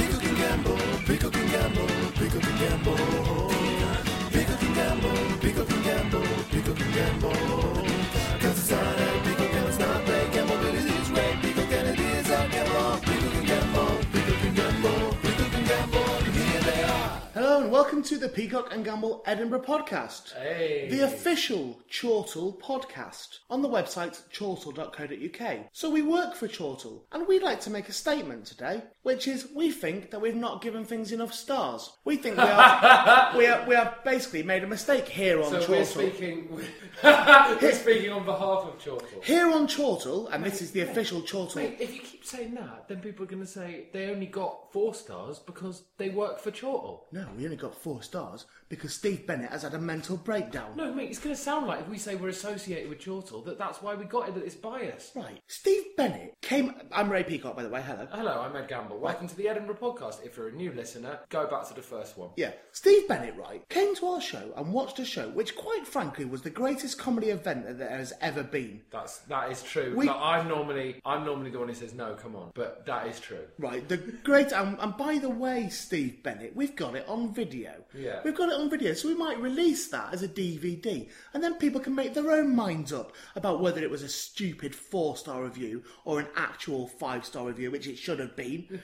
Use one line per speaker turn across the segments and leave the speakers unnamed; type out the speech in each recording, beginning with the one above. gamble, pick up and gamble, pick up and gamble. Pick up and gamble, pick up and gamble, pick up and gamble. Cause it's not a pick up and it's not a gamble, but it is red. Pick up and it is a gamble, pick up and gamble, pick up and gamble, pick up and gamble. And here they are.
Hello and welcome to the Peacock and Gamble Edinburgh podcast,
Hey.
the official Chortle podcast on the website chortle.co.uk. So we work for Chortle, and we'd like to make a statement today, which is we think that we've not given things enough stars. We think we are we are we have basically made a mistake here on
so
Chortle.
we're speaking. we're speaking on behalf of Chortle.
Here on Chortle, and this is the official Chortle.
Wait, if you keep saying that, then people are going to say they only got four stars because they work for Chortle.
No, we only got four stars because Steve Bennett has had a mental breakdown.
No, mate, it's going to sound like if we say we're associated with Chortle that that's why we got it. That it's biased.
Right. Steve Bennett came. I'm Ray Peacock, by the way. Hello.
Hello, I'm Ed Gamble. Welcome to the Edinburgh podcast. If you're a new listener, go back to the first one.
Yeah, Steve Bennett, right, came to our show and watched a show which, quite frankly, was the greatest comedy event that there has ever been.
That's that is true.
We-
Like, I'm normally I'm normally the one who says no, come on, but that is true.
Right, the great, and, and by the way, Steve Bennett, we've got it on video.
Yeah.
We've got it on video, so we might release that as a DVD, and then people can make their own minds up about whether it was a stupid four star review or an actual five star review, which it should have been.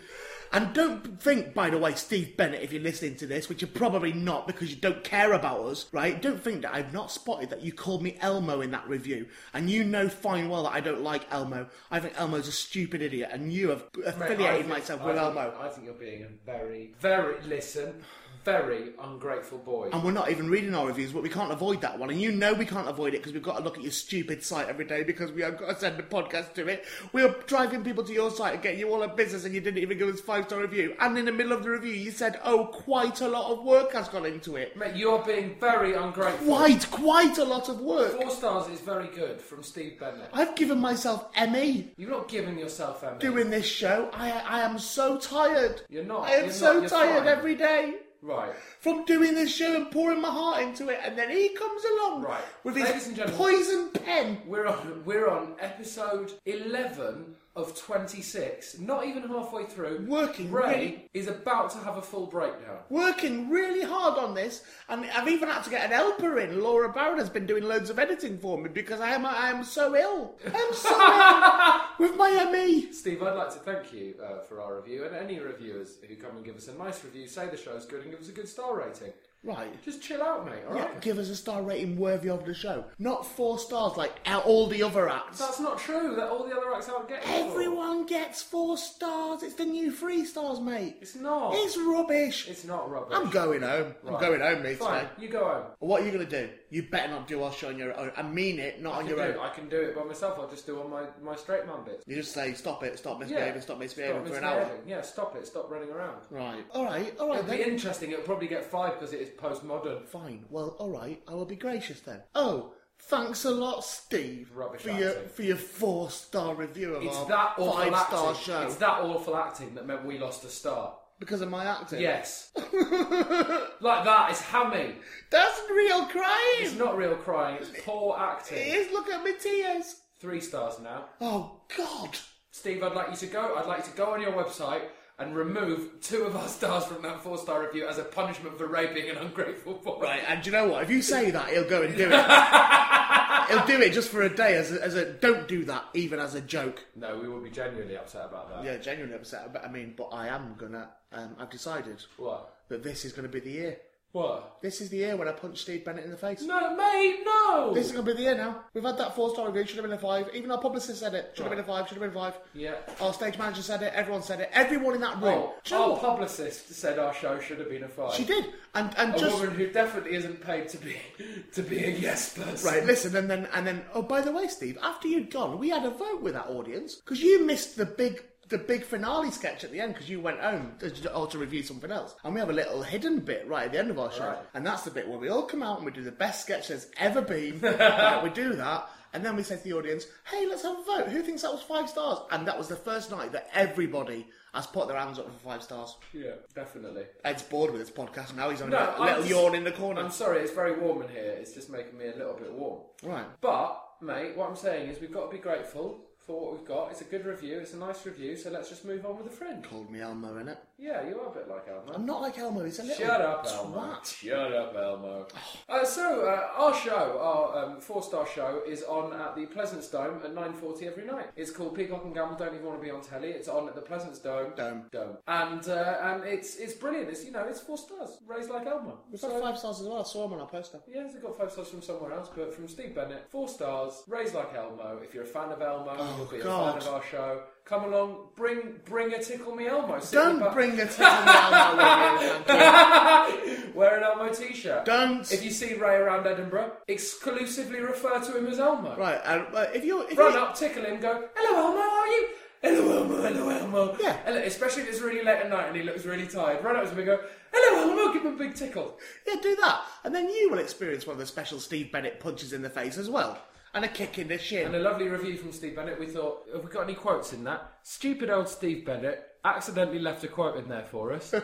and don't think, by the way, Steve Bennett, if you're listening to this, which you're probably not because you don't care about us, right? Don't think that I've not spotted that you called me Elmo in that review, and you know fine well that I don't like Elmo. I think Elmo's a stupid idiot, and you have
Mate, I
affiliated
think-
myself
I
with
think-
Elmo.
I think you're being a very, very listen, very ungrateful boy.
And we're not even reading our reviews, but we can't avoid that one. And you know we can't avoid it because we've got to look at your stupid site every day because we have got to send a podcast to it. We are driving people to your site and getting you all a business, and you didn't even give us five star review. And in the middle of the review, you said, "Oh, quite a lot of work has gone into it.
Mate, you are being very ungrateful.
Quite, quite a lot of work.
Four stars is very good from Steve Bennett.
I've given myself ME
You're not giving yourself Emmy.
doing this show. I, I am so tired.
You're not.
I am
You're
so
not. You're
tired
fine.
every day."
Right.
From doing this show and pouring my heart into it, and then he comes along
Right.
with
Ladies
his
and gentlemen-
poison pen.
We're on we're on episode eleven of twenty six. Not even halfway through.
Working
Ray
really-
is about to have a full breakdown.
working really hard on this, and I've even had to get an helper in. Laura Barron has been doing loads of editing for me because I am I am so ill. I'm so ill with my E. ME.
Steve, I'd like to thank you uh, for our review and any reviewers who come and give us a nice review, say the show's good, and give us a good star rating.
Right.
Just chill out, mate. All
Yeah,
right.
give us a star rating worthy of the show. Not four stars like all the other acts.
That's not true. That all the other acts aren't getting. it.
Everyone gets four stars. It's the new three stars, mate.
It's not.
It's rubbish.
It's not rubbish.
I'm going home. I'm
Right.
going home, mate.
Fine.
today.
You go home.
What are you going to do? You better not do our show on your own. I mean it, not
I
on
can,
your
do,
own.
it- I can do it by myself. I'll just do all my, my straight man bits.
You just say, stop it, stop
Yeah.
misbehaving, stop misbehaving for an hour.
misbehaving. Yeah, stop it. Stop running around.
Right. All right. All right
It'll be
then.
interesting. It'll probably get five because it is postmodern.
Fine. Well, all right. I will be gracious then. Oh, thanks a lot, Steve,
Rubbish
for your
acting.
for your four star review of
It's
our
that awful
five
acting.
star show
It's that awful acting that meant we lost a star.
because of my acting.
Yes. like that. It's hammy.
That's real crime.
It's not real crying. It's poor
It
acting.
is. Look at my tears.
Three stars now.
Oh God.
Steve, I'd like you to go. I'd like you to go on your website and remove two of our stars from that four-star review as a punishment for Ray being an ungrateful boy.
Right. And do you know what? If you say that, he'll go and do it. he'll do it just for a day as a, as a don't do that even as a joke.
No, we would be genuinely upset about that.
Yeah, genuinely upset. But I mean, but I am gonna. Um, I've decided
What?
that this is gonna be the year.
What?
This is the year when I punch Steve Bennett in the face.
No, mate, no.
This is gonna be the year now. We've had that four star review, should have been a five. Even our publicist said it, should have been a five, should have been a five.
Yeah.
Our stage manager said it, everyone said it, everyone in that room.
Oh,
Do you know
our
what?
publicist said our show should have been a five.
She did. And and
A
just
woman who definitely isn't paid to be to be a yes person.
Right, listen, and then and then oh by the way, Steve, after you'd gone, we had a vote with that audience. Because you missed the big the big finale sketch at the end because you went home to, or to review something else. And we have a little hidden bit right at the end of our show.
Right.
And that's the bit where we all come out and we do the best sketch there's ever been. Right, we do that. And then we say to the audience, hey, let's have a vote. Who thinks that was five stars? And that was the first night that everybody has put their hands up for five stars.
Yeah, definitely.
Ed's bored with this podcast now. He's on
No,
a little,
I'm
little
just-
yawn in the corner.
I'm sorry, it's very warm in here. It's just making me a little bit warm.
Right.
But, mate, what I'm saying is we've got to be grateful for what we've got. It's a good review. It's a nice review. So let's just move on with the friend.
Called me Elmo in it.
Yeah, you are a bit like Elmo.
I'm not like Elmo. He's a little
Shut up,
twat.
Elmo. Shut up, Elmo. Uh, so, uh, our show, our um, four-star show, is on at the Pleasance Dome at 9.40 every night. It's called Peacock and Gamble Don't Even Want to Be on Telly. It's on at the Pleasance Dome.
Dome.
Dome. And, uh, and it's it's brilliant. It's, you know, it's four stars. Raised like Elmo.
We've got five stars as well. I saw him on our poster.
Yeah, it's got five stars from somewhere else, but from Steve Bennett, four stars, raised like Elmo. If you're a fan of Elmo,
Oh,
you'll be a
God.
fan of our show. Come along, bring bring a tickle me Elmo. Sit in the
Don't
back-
bring a tickle me Elmo with you, thank you.
Wear an Elmo t-shirt.
Don't.
If you see Ray around Edinburgh, exclusively refer to him as Elmo.
Right, and, uh, if you if
Run
you,
up, tickle him, go, hello Elmo, how are you? Hello Elmo, hello Elmo.
Yeah.
Hello, especially if it's really late at night and he looks really tired. Run up to him and go, hello Elmo, give him a big tickle.
yeah, do that, and then you will experience one of the special Steve Bennett punches in the face as well, and a kick in the
And
shin.
a lovely review from Steve Bennett. We thought, have we got any quotes in that? Stupid old Steve Bennett accidentally left a quote in there for us.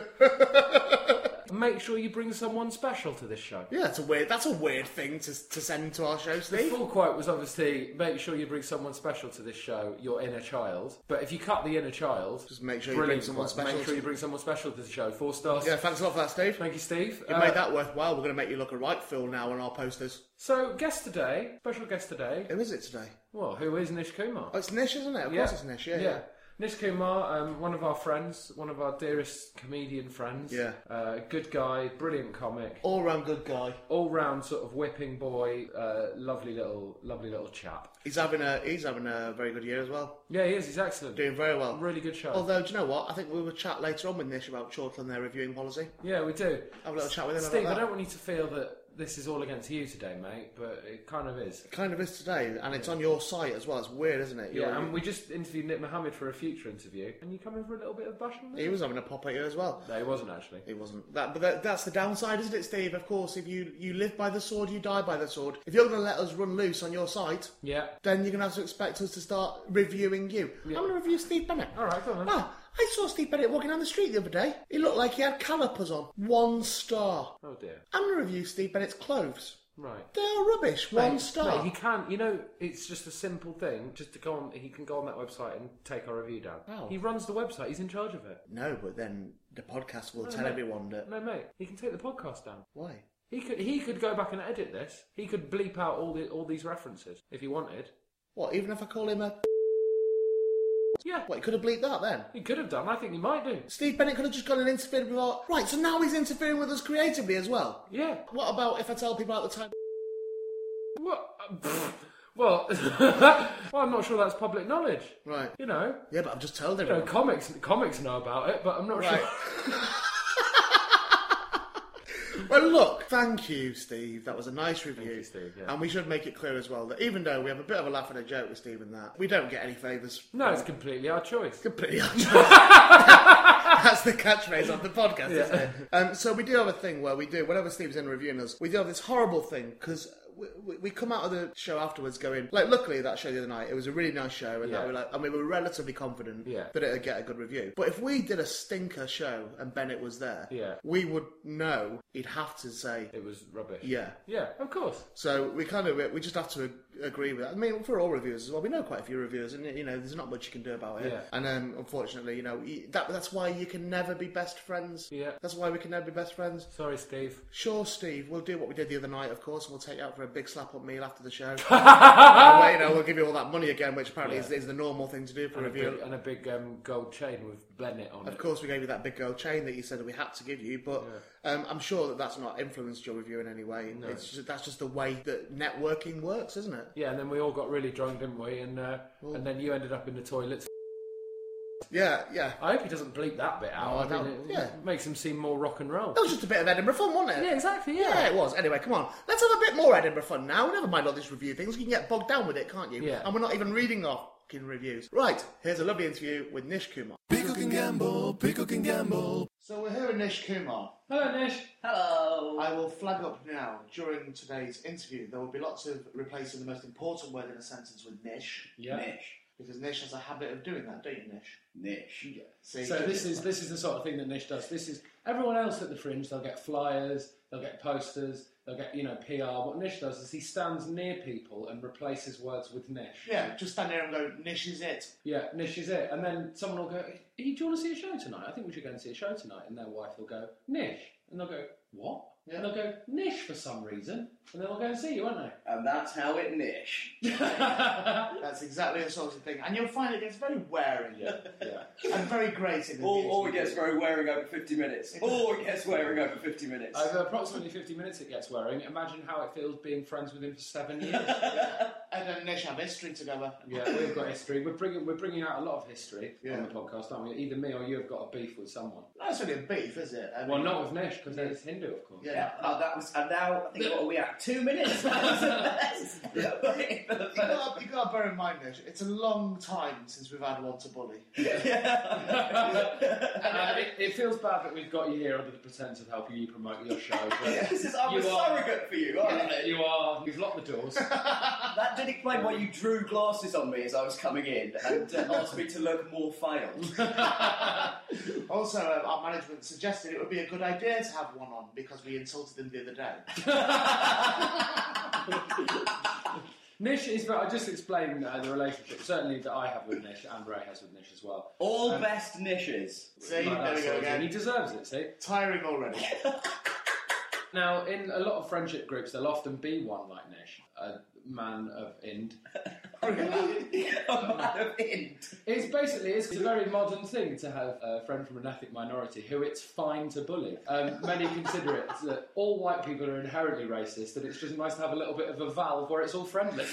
Make sure you bring someone special to this show.
Yeah, that's a weird. That's a weird thing to to send to our show,
The
Steve.
full quote was obviously make sure you bring someone special to this show, your inner child. But if you cut the inner child,
Just make sure you
brilliant
bring someone
quote.
special
Make sure
to-
you bring someone special to the show. Four stars.
Yeah, thanks a lot for that, Steve.
Thank you, Steve. Uh,
You made that worthwhile. We're going to make you look a right fool now on our posters.
So, guest today, special guest today.
Who is it today?
Well, who is Nish Kumar?
Oh, it's Nish, isn't it? Of course it's Nish, yeah. yeah.
Nish Kumar, um, one of our friends, one of our dearest comedian friends.
Yeah.
Uh, good guy, brilliant comic,
All round good guy.
all round sort of whipping boy, uh, lovely little, lovely little chap.
He's having a he's having a very good year as well.
Yeah, he is. He's excellent.
Doing very well.
Really good show.
Although, do you know what? I think we will chat later on with Nish about Chortle and their reviewing policy.
yeah, we do.
Have a little chat with him
Steve,
about
I
that.
don't want you to feel that this is all against you today, mate, but it kind of is.
Kind of is today, and it's on your site as well. It's weird, isn't it?
Yeah,
You're-
and we just interviewed Nick Mohammed for a future interview, and you come in for a little bit of bashing.
he was having a pop at you as well.
No, he wasn't actually.
It wasn't that, but that, that's the downside, isn't it, Steve? Of course, if you you live by the sword, you die by the sword. If you're going to let us run loose on your site,
Yeah.
then you're going to have to expect us to start reviewing you. I'm going to review Steve Bennett.
All right, go on. Then.
Ah, I saw Steve Bennett walking down the street the other day. He looked like he had calipers on. One star.
Oh dear.
I'm going to review Steve Bennett's clothes.
Right.
They are rubbish. One
Mate,
star.
mate, he can't. You know, it's just a simple thing. Just to go on, he can go on that website and take our review down.
How?
He runs the website. He's in charge of it.
No, but then the podcast will tell
mate.
everyone that.
No, mate, he can take the podcast down.
Why?
He could. He could go back and edit this. He could bleep out all the all these references if he wanted.
What, even if I call him a.
Yeah,
What, he could have bleeped that then?
he could have done. I think he might do.
Steve Bennett could have just gone and interfered with our. Right, so now he's interfering with us creatively as well.
Yeah.
What about if I tell people at the time.
What? Pfft. Well, well, I'm not sure that's public knowledge.
Right.
You know,
Yeah, but I've just told
you know,
everyone.
comics comics know about it, but I'm not
Right.
sure.
well, look, thank you, Steve. That was a nice review.
you, Steve, yeah.
And we should make it clear as well that even though we have a bit of a laugh and a joke with Steve and that, we don't get any favours.
No, it's completely our choice.
Completely untrue. That's the catchphrase of the podcast, isn't it? Um, so we do have a thing where we do, whenever Steve's in reviewing us, we do have this horrible thing because. We, we- we come out of the show afterwards going like luckily that show the other night it was a really nice show and
Yeah.
that we like and we were relatively confident
Yeah.
that it'd get a good review but if we did a stinker show and Bennett was there
Yeah.
we would know he'd have to say
It was rubbish.
yeah
Yeah, of course.
so we kind of we- we just have to ag- agree with that. I mean, for all reviewers as well, we know quite a few reviewers, and you know, there's not much you can do about it.
Yeah.
And um, unfortunately, you know, y- that that's why you can never be best friends.
Yeah.
That's why we can never be best friends.
Sorry, Steve.
Sure, Steve, we'll do what we did the other night, of course, and we'll take you out for a big slap up meal after the show. and, well, you know, we'll give you all that money again, which apparently is, is the normal thing to do for a
And a
reviewer.
big, and a big um, gold chain with Bennett on
Of
it.
course, we gave you that big gold chain that you said that we had to give you, but um, I'm sure that that's not influenced your review in any way. It's just, that's just the way that networking works, isn't it?
Yeah, and then we all got really drunk, didn't we? And uh, and then you ended up in the toilets.
Yeah, yeah.
I hope he doesn't bleep that bit out.
No, I
I mean,
don't-
it
yeah.
makes him seem more rock and roll.
That was just a bit of Edinburgh fun, wasn't it?
Yeah, exactly.
Yeah, it was. Anyway, come on. Let's have a bit more Edinburgh fun now. Never mind all these review things. You can get bogged down with it, can't you?
Yeah.
And we're not even reading our fucking reviews. Right, here's a lovely interview with Nish Kumar.
Pickle can gamble, pickle can gamble.
So we're here with Nish Kumar.
Hello, Nish.
Hello.
I will flag up now during today's interview. There will be lots of replacing the most important word in a sentence with Nish
Yeah.
Nish.
because Nish has a habit of doing that, don't you, Nish?
Niche. See,
So this is this is the sort of thing that Nish does. This is everyone else at the fringe. They'll get flyers, they'll get posters, they'll get you know PR. What Nish does is he stands near people and replaces words with Nish.
yeah.
Just stand there and go, Nish is it.
Yeah, Nish is it. And then someone will go, "Hey, "Do you want to see a show tonight? I think we should go and see a show tonight." And their wife will go, "Nish," and they'll go, "What?" And they'll go, "Nish" for some reason, and then they'll go and see you, won't
And that's how it niche.
they? yeah,
That's exactly the sort of thing. And you'll find it gets very wearing
yeah.
and very grating.
Or, or it gets very wearing over 50 minutes. Or it gets wearing over 50 minutes.
Over approximately 50 minutes it gets wearing. Imagine how it feels being friends with him for seven years.
And then Nish have history together.
Yeah, we've got history. We're bringing we're bringing out a lot of history
Yeah.
on the podcast, aren't we? Either me or you have got a beef with someone.
That's really a beef, is it? I mean,
Well, not with Nish because it's Hindu, of course.
Yeah.
Yeah, oh, that was, and now I think what are we at? Two minutes. yeah.
You gotta, you gotta bear in mind, Nish, it's a long time since we've had one to bully.
Uh, it, it feels bad that we've got you here under the pretense of helping you promote your show. But
This is I'm
You
a
are-
surrogate for you, aren't I?
You are. You've locked the doors.
That did explain why you drew glasses on me as I was coming in and uh, asked me to look more failed.
Also, um, our management suggested it would be a good idea to have one on because we insulted them the other day.
Nish is. But I just explained uh, the relationship, certainly that I have with Nish and Ray has with Nish as well.
All
Um,
best niches.
See,
Like that
there we
sort
go
of thing. He
again.
deserves it. See.
Tiring already.
Now, in a lot of friendship groups, there'll often be one like Nish, a man of Ind.
a man of int.
It's basically it's a very modern thing to have a friend from an ethnic minority who it's fine to bully. Um, many consider it that all white people are inherently racist, and it's just nice to have a little bit of a valve where it's all friendly.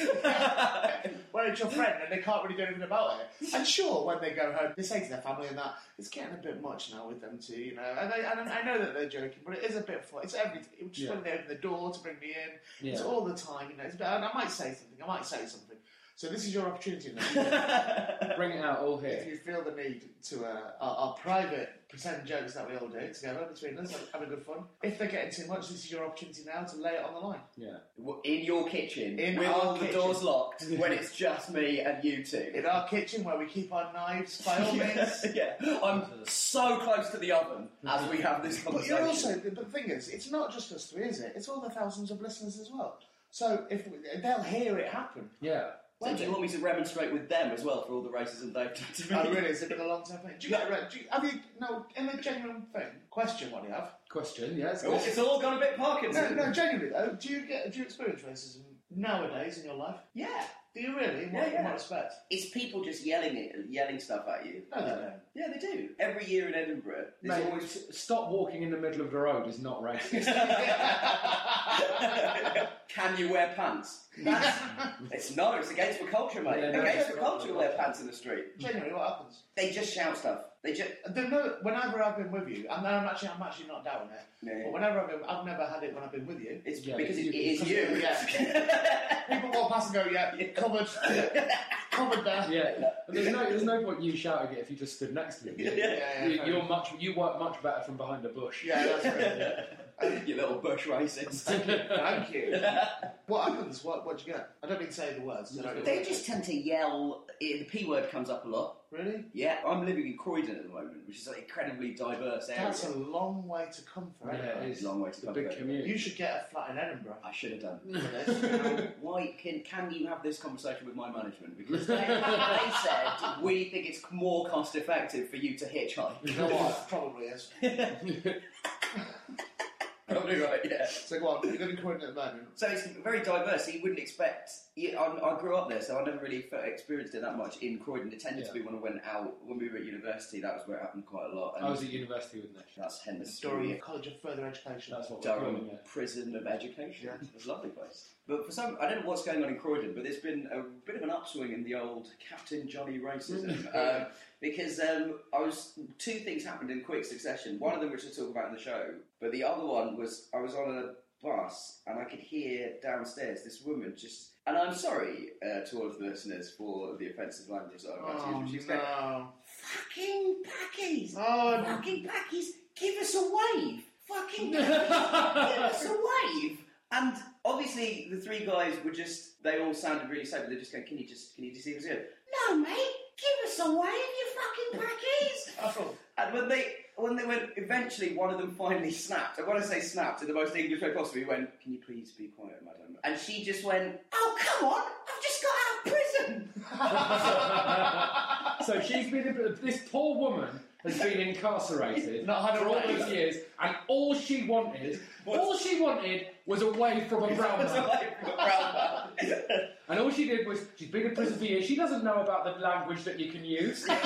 Well, it's your friend and they can't really do anything about it. And sure, when they go home, they say to their family and that, it's getting a bit much now with them too, you know. And, they, and I know that they're joking, but it is a bit fun. It's everything. It's just
Yeah.
when they open the door to bring me in. It's
Yeah.
all the time, you know. It's a bit, and I might say something. I might say something. So this is your opportunity now.
Bring it out all
if
here.
you feel the need to uh, our, our private pretend jokes that we all do together between us, have a good fun. If they're getting too much, this is your opportunity now to lay it on the line.
Yeah.
In your kitchen,
In
with
our
all the
kitchen.
doors locked, when it's just me and you two.
In our kitchen where we keep our knives, by all means.
yeah, I'm so close to the oven as we have this
But
conversation.
you're also the, the thing is, it's not just us three, is it? It's all the thousands of listeners as well. So if we, they'll hear it happen.
Yeah.
So
won't
do
they?
you want me to remonstrate with them as well for all the racism they've done to me?
Oh, really? Has it been a long time? thing? Do you get right? Do you, have you no? In a genuine thing, question what do you have?
Question. Yeah. It's
Oh, It's all gone a bit
No,
Parkinson.
no, genuinely though. Do you get? Do you experience racism nowadays in your life?
Yeah,
Do you really? In what,
Yeah, yeah.
in what respect?
it's people just yelling it, yelling stuff at you.
Oh, No, they don't.
Yeah, they do. Every year in Edinburgh, there's
Mate,
always
s- stop walking in the middle of the road is not racist.
Can you wear pants? That's, it's no, it's against the culture, mate.
Yeah, no,
against
it's
the
not.
culture to wear pants in the street.
Genuinely, what happens?
They just shout stuff. They just
I don't know. Whenever I've been with you, and I'm actually, I'm actually not doubting it.
No.
But whenever I've been, I've never had it when I've been with you.
it's
Yeah,
because
you-
it, it is you.
People walk past and go, yeah, covered, covered there.
yeah. But there's no there's no point you shouting it if you just stood next to me.
Yeah,
You,
yeah,
you're much you work much better from behind a bush.
yeah, that's right.
you little bush racist.
Thank you. What happens? What what do you get? I don't mean to say the words. so I don't-
they just tend to yell. eh, The P word comes up a lot.
really.
Yeah, I'm living in Croydon at the moment, which is an incredibly diverse area.
That's a long way to come for
Yeah,
anyone.
it is.
Long way to
It's a
come,
big
though.
commute.
You should get a flat in Edinburgh.
I should have done.
for this.
Why can can you have this conversation with my management? Because they, they said we think it's more cost effective for you to hitchhike.
You know what? Probably is.
Probably right. Yeah.
So go on. You're going to Croydon at the moment.
So it's very diverse. So you wouldn't expect. You, I, I grew up there, so I never really fe- experienced it that much in Croydon. It tended to be
Yeah.
when I went out when we were at university. That was where it happened quite a lot. And
I was at university with Nish.
that's
The
hence
story of College of Further Education.
That's what we're
Durham
calling it.
Prison of Education.
Yeah.
It's a lovely place. But for some, I don't know what's going on in Croydon, but there's been a bit of an upswing in the old Captain Johnny racism.
Mm.
um, because um, I was two things happened in quick succession. One of them, which I talk about in the show, but the other one was I was on a bus and I could hear downstairs this woman just. And I'm sorry uh, to all of the listeners for the offensive language that I'm about to use,
Oh,
but she was going,
no.
"Fucking packies,
Oh, no.
fucking packies, give us a wave, fucking." Packies!" give us a wave. And obviously, the three guys were just—they all sounded really sad. but They're just going, "Can you just, can you just see us here?" No, mate. give us away your fucking packies. And when they when they went, eventually one of them finally snapped. And when I say snapped, in the most English way possible, he went, "Can you please be quiet, madam?" And she just went, "Oh come on, I've just got out of prison."
So she's been this poor woman has been incarcerated
Not had a
for all
way.
those years, and all she wanted, all she wanted was away from a brown
That's
man.
away from a brown man.
And all she did was she's been in prison for years. She doesn't know about the language that you can use.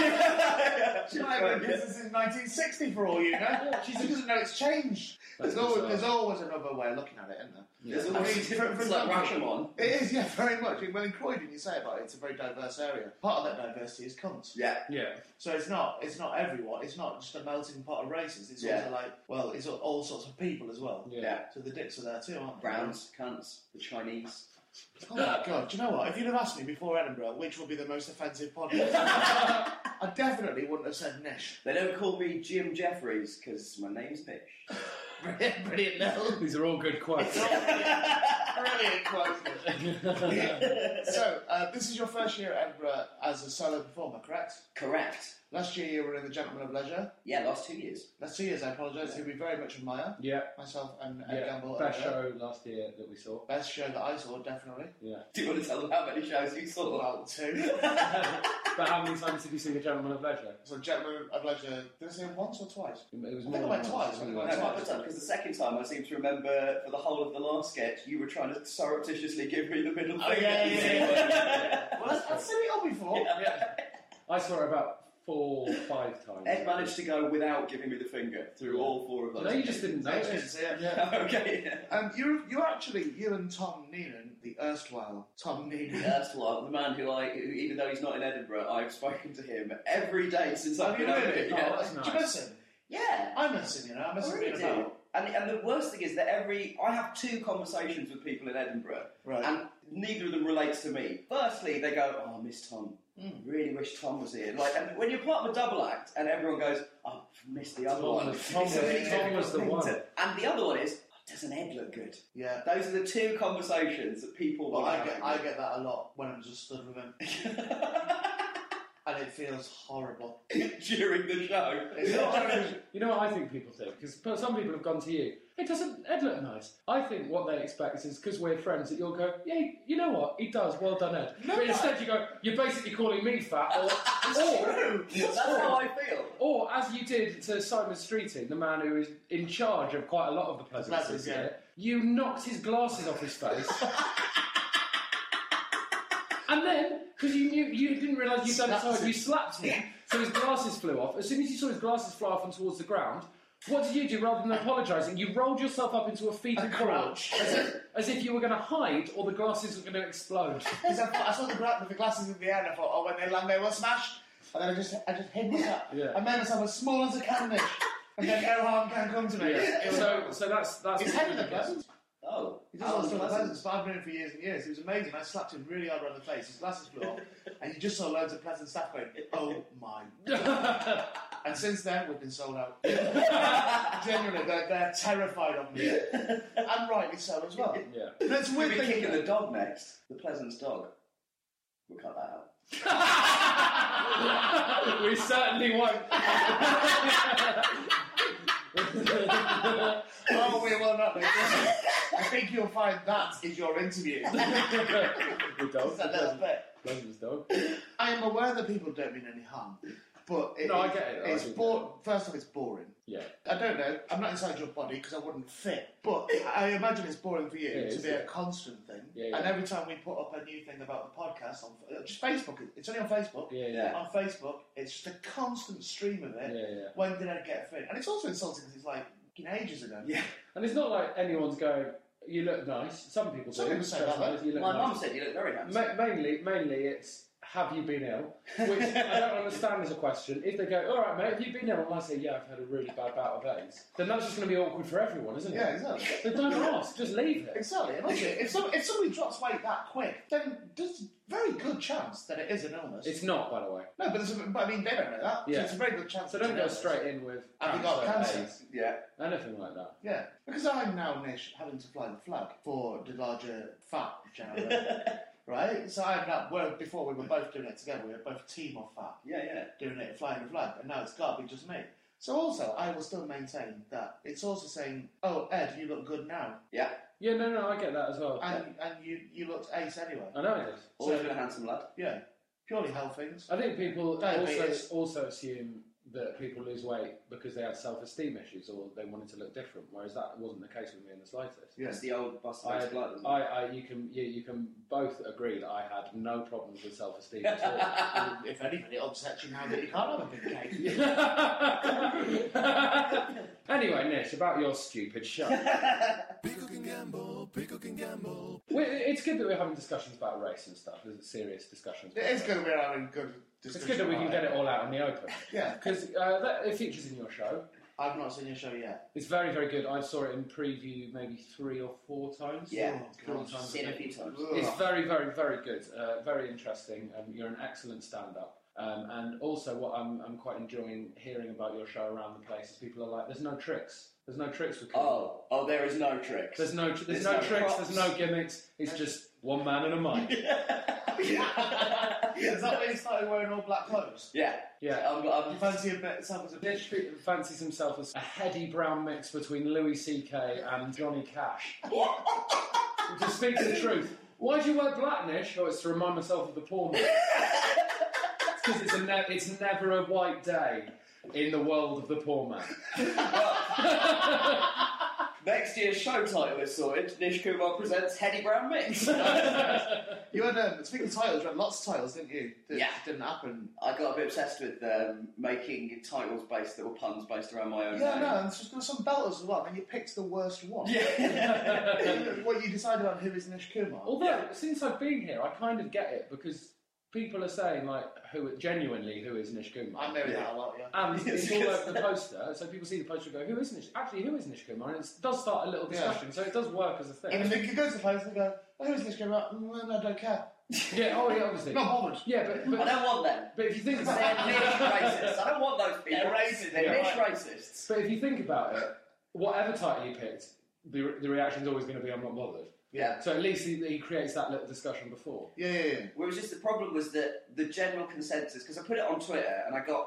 She might have been in business in 1960 for all you know. She just doesn't know it's changed. There's always, there's always another way of looking at it, isn't there?
There's
I mean,
always
for- for
difference like
example-
Rashomon.
It is, yeah, very much. I mean, well, in Croydon, you say about it, it's a very diverse area. Part of that diversity is cunts.
Yeah.
yeah.
So it's not, it's not everyone. It's not just a melting pot of races. It's
Yeah.
also like, well, it's all, all sorts of people as well.
Yeah.
Yeah.
So the dicks are there too, aren't they?
Browns, cunts, the Chinese.
Oh my god! Do you know what? If you'd have asked me before Edinburgh which would be the most offensive podcast, I definitely wouldn't have said Nish.
They don't call me Jim Jeffries because my name's Nish.
Brilliant, brilliant, Mel.
These are all good quotes.
Brilliant quote. So uh, this is your first year at Edinburgh as a solo performer, correct?
Correct.
Last year you were in the Gentlemen of Leisure.
Yeah, last two years.
That's two years. I apologise. Who we very much admire.
yeah. uh,
Myself and Ed
Yeah.
Gamble.
Best
Edinburgh.
show last year that we saw.
Best show that I saw, definitely.
Yeah.
Do you want to tell them how many shows you saw?
Well, two.
But how many times did you see the Gentleman of Leisure?
so Gentlemen of Leisure. Did I say once or twice?
It was
I think I
more
went
than
twice,
once.
I think I went
No,
twice.
no, because the second time I seem to remember for the whole of the last sketch, you were trying to surreptitiously give me the middle
Oh,
finger.
yeah, yeah, Well, I've seen it all before.
Yeah. I saw it about four, five times.
Ed managed to go without giving me the finger through all four of those.
No, you just didn't
I just
notice.
didn't see it.
Yeah.
okay, yeah.
Um, you you actually you and Tom Noonan, the erstwhile Tom Noonan.
That's what the man who I, who, even though he's not in Edinburgh, I've spoken to him every day since I've
Have you
been up
really?
here.
Oh,
Yeah.
that's
Do you
nice.
miss him?
yeah.
I miss him. You know, I miss him being
Already.
about.
And, and the worst thing is that every I have two conversations with people in Edinburgh,
Right.
and neither of them relates to me. Firstly, they go, "Oh, I miss Tom.
Hmm.
Really wish Tom was here." Like, and when you're part of a double act, and everyone goes, "Oh, I've missed the other
Tom
one."
was- Tom
It's a
was-
really
Tom
difficult
was the
thing
one.
to- and the other one is, "Oh, "Doesn't Ed look good?"
Yeah.
Those are the two conversations that people.
Well,
want
I
to
get
have.
I get that a lot when I'm just stood with him, and it feels horrible.
during the show.
It's not very-
You know what I think people think? Because some people have gone to you. It doesn't. Ed look nice. I think what they expect is because we're friends that you'll go, yeah, you know what? He does. Well done, Ed. but instead you go, you're basically calling me fat, or or,
That's how I feel.
or as you did to Simon Streeting, the man who is in charge of quite a lot of the pleasantries
Pleasants, yeah.
here. You knocked his glasses off his face. And then, because you knew you didn't realise you'd done it,
Slapped
so hard, you slapped him. So his glasses flew off. As soon as you saw his glasses fly off and towards the ground, what did you do rather than apologising? You rolled yourself up into a fetal
crouch.
crouch, as if, as if you were going to hide or the glasses were going to explode.
Because I, thought- I saw the, gra- the glasses in the air and I thought, oh, when they land, they were smashed. And then I just, I just hid myself.
Yeah.
I made myself as small as a can dish. And then no harm can come to me. It was
So,
horrible.
so that's that's.
His
what
head in
you
the
get.
presents.
Oh,
He just lost all
Alan
the
Pleasant.
presents. But I've known him for years and years. He was amazing. I slapped him really hard around the face. His glasses flew off. and you just saw loads of pleasant staff going, oh my. and since then, we've been sold out. Genuinely, they're, they're terrified of me. and rightly so as well.
Yeah.
That's a
We'll
weird
be
thing.
kicking the dog next. The Pleasant's dog. We'll cut that out.
we certainly won't.
Oh, we will not. be. I think you'll find that is your interview.
the dog.
That little bit.
Pleasant's dog.
I am aware that people don't mean any harm, but it,
No, I get it.
It's
I do
bo- first off, it's boring.
Yeah.
I don't know. I'm not inside your body because I wouldn't fit, but I imagine it's boring for you
It
to
is,
be
yeah.
a constant thing.
Yeah, yeah.
And every time we put up a new thing about the podcast on uh, just Facebook, it's only on Facebook.
Yeah.
Yeah.
On Facebook, it's just a constant stream of it.
Yeah, yeah.
When did I get fit? And it's also insulting because it's like you know, ages ago.
Yeah.
And it's not like anyone's going, you look nice. Some people
Some
do.
people say that,
Sometimes you look
My mum
nice.
said you look very handsome.
Ma- mainly, mainly it's, have you been ill? Which I don't understand as a question. If they go, all right, mate, have you been ill? And I say, yeah, I've had a really bad bout of AIDS. Then that's just going to be awkward for everyone, isn't it?
Yeah, exactly.
So don't ask, just leave it.
Exactly. And also, if, some, if somebody drops weight that quick, then there's a very good chance that it is an illness.
It's not, by the way.
no, but, there's a, but I mean, they don't know that.
Yeah.
So it's a very good chance.
So
it's
don't
an
go
illness.
straight in with
Have you got cancer?
AIDS,
Yeah.
anything like that.
Yeah. Because I'm now Nish having to fly the flag for the larger fat genre. right? So I ended up, well, before we were both doing it together, we were both team off that,
Yeah, yeah.
doing it flying the flag, and now it's got to be just me. So also, I will still maintain that it's also saying, oh, Ed, you look good now.
Yeah, no, no, I get that as well. I,
And, and you, you looked ace anyway.
know it is.
Always
So-
been a handsome lad.
Yeah, purely health things.
I think people
No, but
also,
it's-
also assume that people lose weight because they had self-esteem issues or they wanted to look different, whereas that wasn't the case with me in the slightest.
Yeah.
It's the old busted
I,
ass blood. isn't
I, I, you can, you, you can both agree that I had no problems with self-esteem at all.
if anything, it upsets you now that you can't have a big cake.
anyway, Nish, about your stupid show.
Pickle can gamble, pickle can gamble.
We- it's good that we're having discussions about race and stuff. There's serious discussions.
It
about
is
race.
good that we're having good
It's
discussion.
good that we can
about
get it all out in the open.
Yeah,
Because uh, that- it features in your show.
I've not seen your show yet.
It's very, very good. I saw it in preview maybe three or four times.
Yeah.
Oh,
Three
God.
it?
times.
Seen it a few times.
It's very, very, very good. Uh, very interesting. Um, you're an excellent stand-up. Um, and also, what I'm, I'm quite enjoying hearing about your show around the place is people are like, "There's no tricks. There's no tricks with comedy.
Oh, oh, there is no tricks.
There's no, tr- there's
There's
no,
no
tricks.
props.
There's no gimmicks. It's just one man and a mic."
Is that why you started wearing all black clothes?
yeah,
Yeah.
I'm, I'm,
You fancy a bit sounds a bit
Nish fancies himself as a heady brown mix between Louis C.K. and Johnny Cash. to speak the truth, why do you wear black, Nish? Oh, it's to remind myself of the porn. man. it's because it's, a ne- it's never a white day in the world of the poor man.
Next year's show title is sorted. Nish Kumar presents Heady Brown Mix.
You had um, speaking of titles, you had lots of titles, didn't you? That
Yeah.
didn't happen.
I got a bit obsessed with um, making titles based that were puns based around my own
Yeah,
name.
no, and so there were some belters as well, and you picked the worst one.
Yeah.
what you decided on who is Nish Kumar?
Although, since I've been here, I kind of get it because people are saying, like, who genuinely, who is Nish Kumar?
I know that a lot, yeah.
And it's all
Yes.
over the poster, so people see the poster and go, "Who is Nish? Actually, who is Nish Kumar?" And it does start a little
Yeah.
discussion, so it does work as a thing.
And then you go to the place and go, oh, who is Nish Kumar? Mm, I don't care.
yeah, oh yeah, obviously.
Not bothered.
Yeah, but
I
but,
don't want them.
but if you think
They're
about
Nish
it,
racists. I don't want those people.
They're racist,
They're
yeah,
Nish
right.
racists.
but if you think about it, whatever title you picked, the re- the reaction's always going to be, "I'm not bothered."
Yeah.
So at least he, he creates that little discussion before.
Yeah, yeah, yeah.
Whereas just the problem was that the general consensus, because I put it on Twitter and I got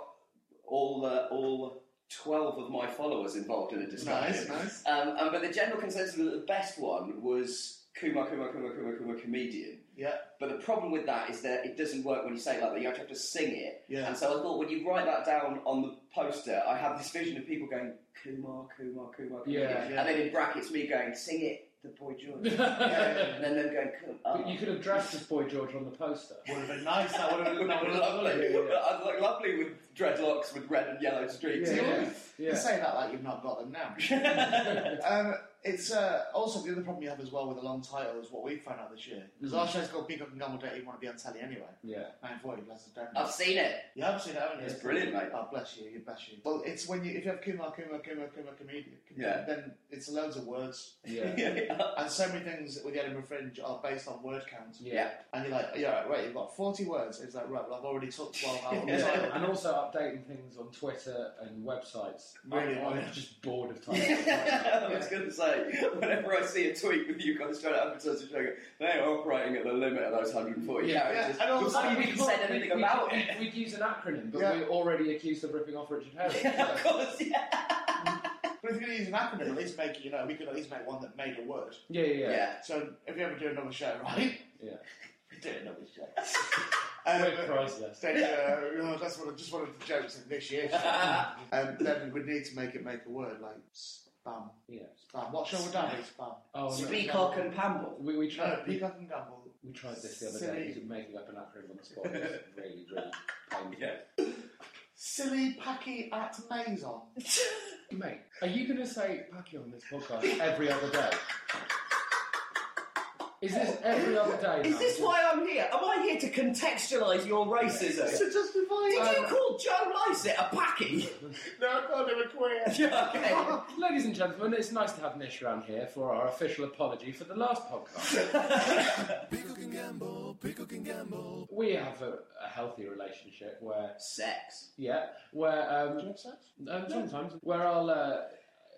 all uh, all twelve of my followers involved in a discussion.
Nice, nice.
Um, and, but the general consensus was that the best one was Kumar, Kumar, Kumar, Kumar, Kumar, comedian.
Yeah.
But the problem with that is that it doesn't work when you say it like that. You actually have to sing it.
Yeah.
And so I thought when you write that down on the poster, I have this vision of people going Kumar, Kumar, Kumar, Kumar,
Yeah,
yeah.
and then in brackets me going sing it, the boy George,
but
yeah.
and then them going ah." Kumar.
you could have dressed this boy George on the poster.
Would have been nice. That would have been,
Wouldn't
that
that be
would have been
lovely?
lovely.
yeah.
I'd look lovely with dreadlocks with red and yellow streaks.
Yeah,
Yeah. You
Yeah.
say that like you've not got them now. um, it's uh, also the other problem you have as well with a long title is what we found out this year because our show's called Big Up and Gamble Day. You want to be on telly anyway.
Yeah.
Nine forty, bless the
I've seen it.
You have seen it, haven't you?
It's brilliant, mate.
Oh, bless you, you bless you. Well, it's when you if you have Kumar, Kumar, Kumar, Kumar, comedian,
Yeah.
then it's loads of words
Yeah.
and so many things with the Edinburgh Fringe are based on word counts.
Yeah.
And you're like, yeah, right, you've got forty words. It's like, right, well, I've already took twelve out of the title.
And also updating things on Twitter and websites.
Really?
I'm, I'm just bored of time.
I was going to say, whenever I see a tweet with you guys trying to advertise the show, they're operating at the limit of those 140
Yeah,
characters.
yeah, and also-
Before you
We
even
can't-
said
we-
anything
we-
about
we-
it.
We'd use an acronym, but
Yeah.
we're already accused of ripping off Richard Herring.
Yeah, of course, yeah.
But if you're going to use an acronym, at least make it. You know, we could at least make one that made a word.
yeah, yeah, yeah.
Yeah.
So if you ever do another show, right?
Yeah.
We do another show.
We're
um,
priceless.
then, uh, oh, that's what I just wanted the jokes in this year. um, then we need to make it make a word like spam.
Yeah.
Spam. What shall we do? Spam.
Oh, no,
Speacock
no.
and Pamble.
We, we
No,
tried.
peacock and gamble.
we tried this the other
Silly.
day. He's making up an acronym on the spot. It was really, really painful.
Yeah.
Silly packy at Maison.
Mate, are you going to say Paki on this podcast every other day? Is this every other day?
Is
now?
this why I'm here? Am I here to contextualise your racism?
To justify it.
Did you call Joe Lysett a packy?
No, I can't do it queer.
okay.
Ladies and gentlemen, it's nice to have Nish around here for our official apology for the last podcast.
Pickle can gamble, pickle can gamble.
we have a, a healthy relationship where,
Sex.
yeah, where um,
Do you have sex?
Um, sometimes where I'll, uh,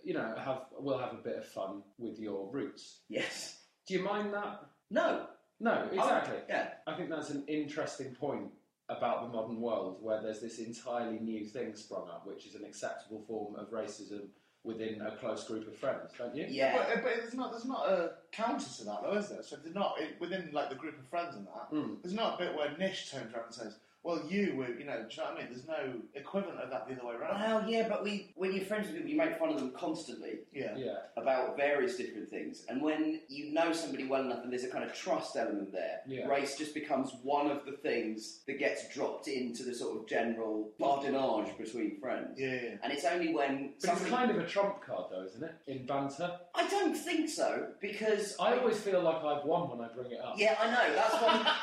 you know, have we'll have a bit of fun with your roots.
Yes.
Do you mind that?
No.
No, exactly.
Yeah.
I think that's an interesting point about the modern world where there's this entirely new thing sprung up, which is an acceptable form of racism within a close group of friends, don't you?
Yeah.
But, but there's not there's not a counter to that though, is there? So if they're not it, within like the group of friends and that.
Mm.
There's not a bit where Nish turns around and says, "Well, you were," you know. Do you know what I mean? There's no equivalent of that the other way around.
Well, yeah, but we, when you're friends with people, you make fun of them constantly
yeah.
Yeah.
about various different things. And when you know somebody well enough and there's a kind of trust element there,
Yeah.
race just becomes one of the things that gets dropped into the sort of general bardinage between friends.
Yeah, yeah.
And it's only when
But it's
somebody-
kind of a trump card, though, isn't it? In banter,
I don't think so, because
I always feel like I've won when I bring it up.
Yeah, I know. That's why.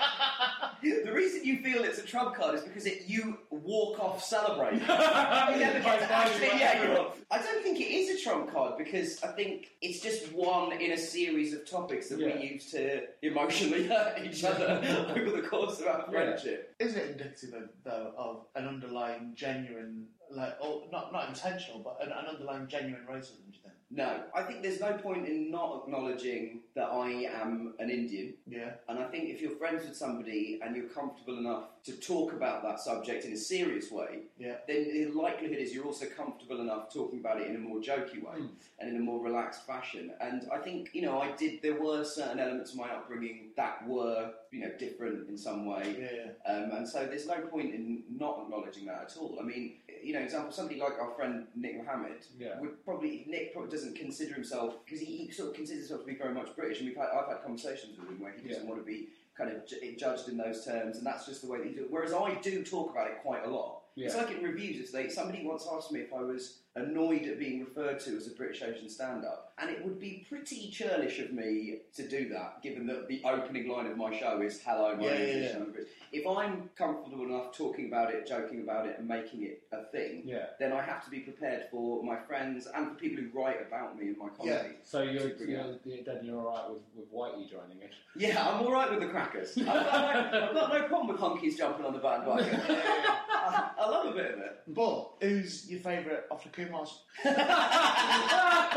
the reason you feel it's a trump card is because it you walk off celebrating. You never
I
get
finally
to actually-
won.
yeah, you're up. I don't think it is a trump card because I think it's just one in a series of topics that
Yeah.
we use to emotionally hurt each other over the course of our
Yeah.
friendship.
Isn't it indicative of, though of an underlying genuine, like, oh, not not intentional, but an, an underlying genuine racism? Do you think?
No, I think there's no point in not acknowledging that I am an Indian.
Yeah.
And I think if you're friends with somebody and you're comfortable enough to talk about that subject in a serious way,
Yeah.
then the likelihood is you're also comfortable enough talking about it in a more jokey way and in a more relaxed fashion. And I think, you know, I did, there were certain elements of my upbringing that were, you know, different in some way.
Yeah. yeah.
Um, and so there's no point in not acknowledging that at all. I mean, you know, example, somebody like our friend Nick Mohammed
Yeah.
would probably Nick probably doesn't consider himself because he, he sort of considers himself to be very much British, and we've had I've had conversations with him where he doesn't
Yeah.
want to be kind of ju- judged in those terms, and that's just the way that he do. it. Whereas I do talk about it quite a lot. It's
Yeah.
like in reviews. It's like somebody once asked me if I was annoyed at being referred to as a British Ocean stand-up, and it would be pretty churlish of me to do that, given that the opening line of my show is "Hello, my
Yeah,
name is
yeah,
Ish,
yeah.
I'm British." If I'm comfortable enough talking about it, joking about it, and making it a thing,
Yeah.
then I have to be prepared for my friends and for people who write about me in my comedy.
So you're,
Super,
you're, then you're all right with, with Whitey joining in.
Yeah, I'm all right with the crackers. I've got, no, I've got no problem with honkies jumping on the bandwagon. I, I love a bit of it.
But who's your favourite of the Kumars?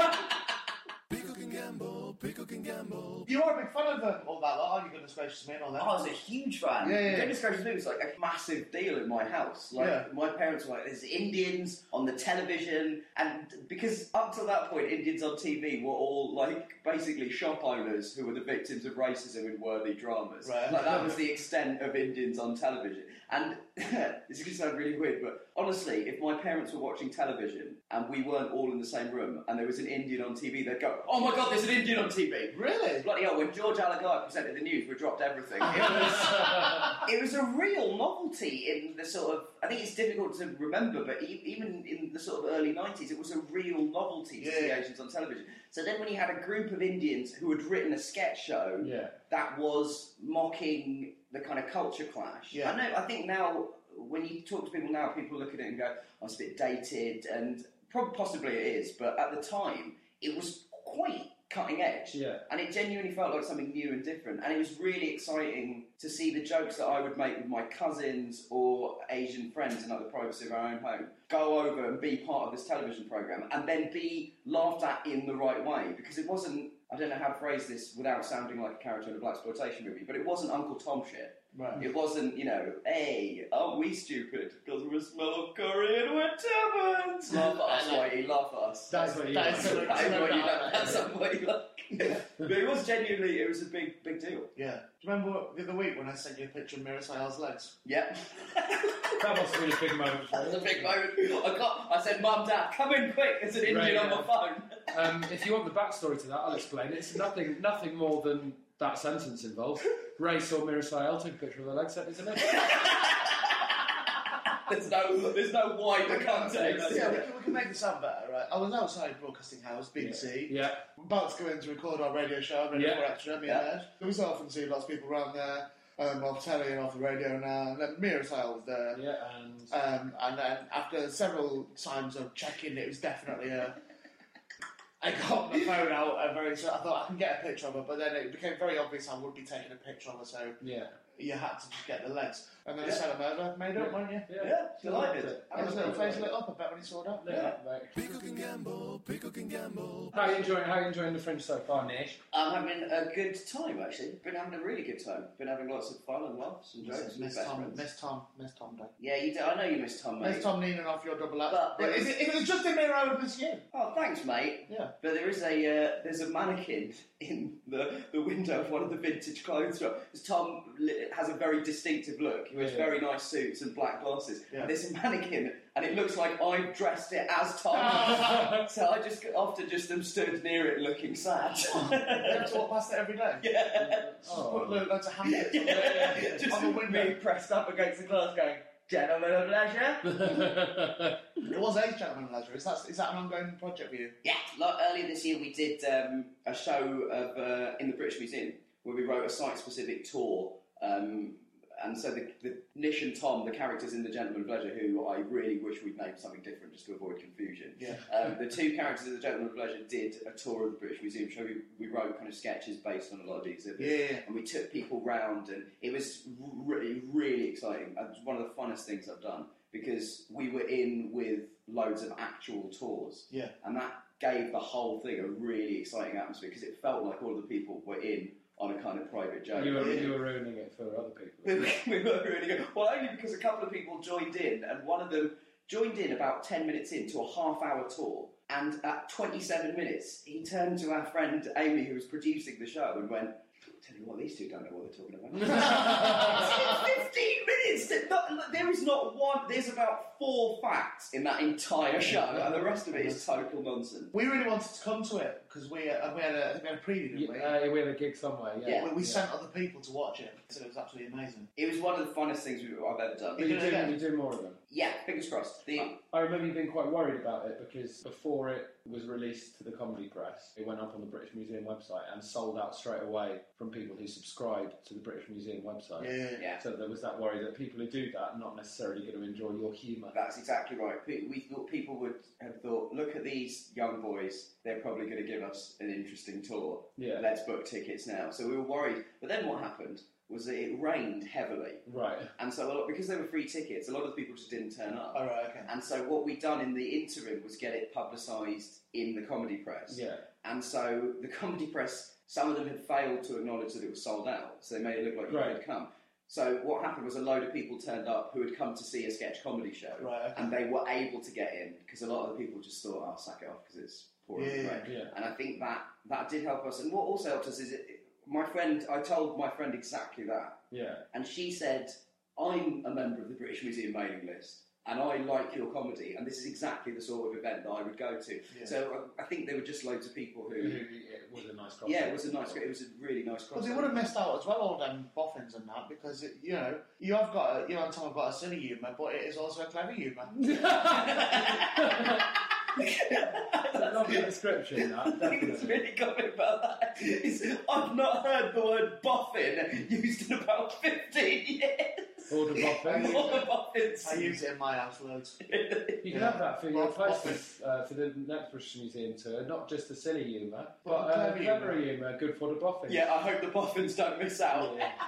Pickle can gamble, pickle can gamble.
You are a big fan of um, all that lot, aren't you? Goodness gracious me and all that.
I was "Oh, a huge fan.
Yeah, yeah.
Goodness gracious me, it was like a massive deal in my house. Like
Yeah.
my parents were like, "There's Indians on the television," and because up to that point, Indians on TV were all like basically shop owners who were the victims of racism in worthy dramas.
Right.
Like that was the extent of Indians on television. And this is going to sound really weird, but honestly, if my parents were watching television and we weren't all in the same room and there was an Indian on TV, they'd go, "Oh my God, there's an Indian on TV!"
Really?
Bloody hell, when George Alagai presented the news, we dropped everything. It was, it was a real novelty in the sort of. I think it's difficult to remember, but e- even in the sort of early 90s, it was a real novelty to see
Yeah.
Asians on television. So then when you had a group of Indians who had written a sketch show
Yeah.
that was mocking the kind of culture clash.
Yeah.
I know, I think now, when you talk to people now, people look at it and go, oh, it's a bit dated, and prob- possibly it is, but at the time, it was quite cutting edge.
Yeah.
And it genuinely felt like something new and different. And it was really exciting to see the jokes that I would make with my cousins or Asian friends in like the privacy of our own home go over and be part of this television program and then be laughed at in the right way because it wasn't. I don't know how to phrase this without sounding like a character in a black exploitation movie, but it wasn't Uncle Tom shit.
Right.
It wasn't, you know, hey, are we stupid because we smell of curry and we're taverns? Laugh at us, Whitey, laugh at us.
That's what you
That
like.
is so-
That's what you like. That's what you like. but it was genuinely, it was a big, big deal.
Yeah. Do you remember the other week when I sent you a picture of Mira Sayal's legs?
Yeah.
That must be a big moment. for
that was a
you.
big moment. I, got, I said, Mum, Dad, come in quick. There's an Indian
Right,
on
yeah.
my phone.
Um, if you want the backstory to that, I'll explain. It's nothing, nothing more than that sentence involved. Ray saw Mirasael take a picture of her leg set, isn't it?
There's no, there's no wider context.
Yeah, we, can, we can make this sound better, right? I was outside Broadcasting House, BBC.
Yeah.
about to go in to record our radio show, Radio
Yeah.
yeah. Extra, me
Yeah.
and Ed. There was often see lots of people around there, um, off telly and off the radio now, and then Mira Sale was there.
Yeah, and
Um, and then after several times of checking, it was definitely a. I got my phone out and very so I thought I can get a picture of her, but then it became very obvious I would be taking a picture of her, so
yeah,
you had to just get the legs. And then
Yeah.
I sent him over, made up, weren't you?
yeah,
Yeah, delighted.
And his little face lit up, I bet when he saw that.
Yeah, mate.
Pickle can gamble, pickle can gamble. Gamble.
How are you enjoying? How are you enjoying the fringe so far, Nish?
I'm having a good time actually. Been having a really good time. Been having lots of fun and laughs and jokes.
Miss,
and
miss
best
Tom,
friends.
miss Tom, miss Tom Day.
Yeah, you do. I know you miss Tom, mate.
Miss Tom leaning off your double
But
up.
there
But if
is-
it, if it was just a mirror, I would miss you.
Oh, thanks, mate.
Yeah.
But there is a uh, there's a mannequin in the, the window of one of the vintage clothes shops. 'Cause Tom li- has a very distinctive look. He wears
Yeah.
very nice suits and black glasses.
Yeah.
And it's a mannequin, and it looks like I dressed it as Tom. so I just often just am stood near it looking sad.
You have to walk past it every day.
yeah.
Just put lo- loads of hammers on the-
yeah. Just
on the window.
me pressed up against the glass, going, "Gentlemen of leisure."
It was Age Gentleman Leisure. Is that, is that an ongoing project for you?
Yeah, like earlier this year we did um, a show of, uh, in the British Museum where we wrote a site-specific tour. Um, and so the, the Nish and Tom, the characters in The Gentleman of Leisure, who I really wish we'd named something different just to avoid confusion.
Yeah.
Um, the two characters in The Gentleman of Leisure did a tour of the British Museum show. We, we wrote kind of sketches based on a lot of the exhibits.
Yeah.
And we took people round, and it was really, really exciting. It was one of the funnest things I've done because we were in with loads of actual tours.
Yeah.
And that gave the whole thing a really exciting atmosphere because it felt like all the people were in on a kind of private joke.
you, were, you were ruining it for other people.
We were, we were really good. Well, only because a couple of people joined in, and one of them joined in about 10 minutes into a half hour tour. And at 27 minutes, he turned to our friend Amy, who was producing the show, and went, Tell you what, these two don't know what they're talking about. It's been 15 minutes! that not- there is not one, there's about four facts in that entire show, and the rest of it is total nonsense.
We really wanted to come to it because we, uh, we, had a- I think we had a preview, didn't
You-
we?
uh, we had a gig somewhere. Yeah.
we we
yeah.
sent other people to watch it, so it was absolutely amazing.
It was one of the funnest things we've, I've ever done.
But you
Yeah.
do, you do more of them.
Yeah, fingers crossed. The,
I remember you being quite worried about it because before it was released to the comedy press, it went up on the British Museum website and sold out straight away from people who subscribed to the British Museum website.
Yeah.
yeah.
So there was that worry that people who do that are not necessarily going to enjoy your humour.
That's exactly right. Pe- We thought people would have thought, look at these young boys, they're probably going to give us an interesting tour.
Yeah.
Let's book tickets now. So we were worried. But then what happened was that it rained heavily.
Right.
And so, a lot, because they were free tickets, a lot of the people just didn't turn up.
Oh.
All right, okay.
And so, what we'd done in the interim was get it publicised in the comedy press.
Yeah.
And so the comedy press, some of them had failed to acknowledge that it was sold out, so they made it look like you
Right.
had come. So what happened was a load of people turned up who had come to see a sketch comedy show,
Right, okay.
and they were able to get in because a lot of the people just thought, "I'll sack it off because it's pouring
Yeah,
rain."
yeah.
And I think that that did help us. And what also helped us is it, my friend. I told my friend exactly that,
Yeah.
and she said, "I'm a member of the British Museum mailing list." And I like your comedy, and this is exactly the sort of event that I would go to.
Yeah.
So um, I I think there were just loads of people who,
It was a nice concept.
yeah, it was a nice. It was a really nice.
Well, they
crossover.
would have missed out as well, all them boffins and that, because it, you know you have got a, you and Tom have got a silly humour, but it is also a clever humour.
Lovely description, that,
I think it's
definitely.
really coming about that. It's, I've not heard the word boffin used in about 15 years.
Or the boffin.
All the boffins.
I use it in my house loads.
You can have that for your
Boff- boffin.
posters uh, for the next British Museum tour. Not just the silly humour, but
Well,
uh,
clever
clever humour, good for the boffin.
yeah, I hope the boffins don't miss out.
Yeah.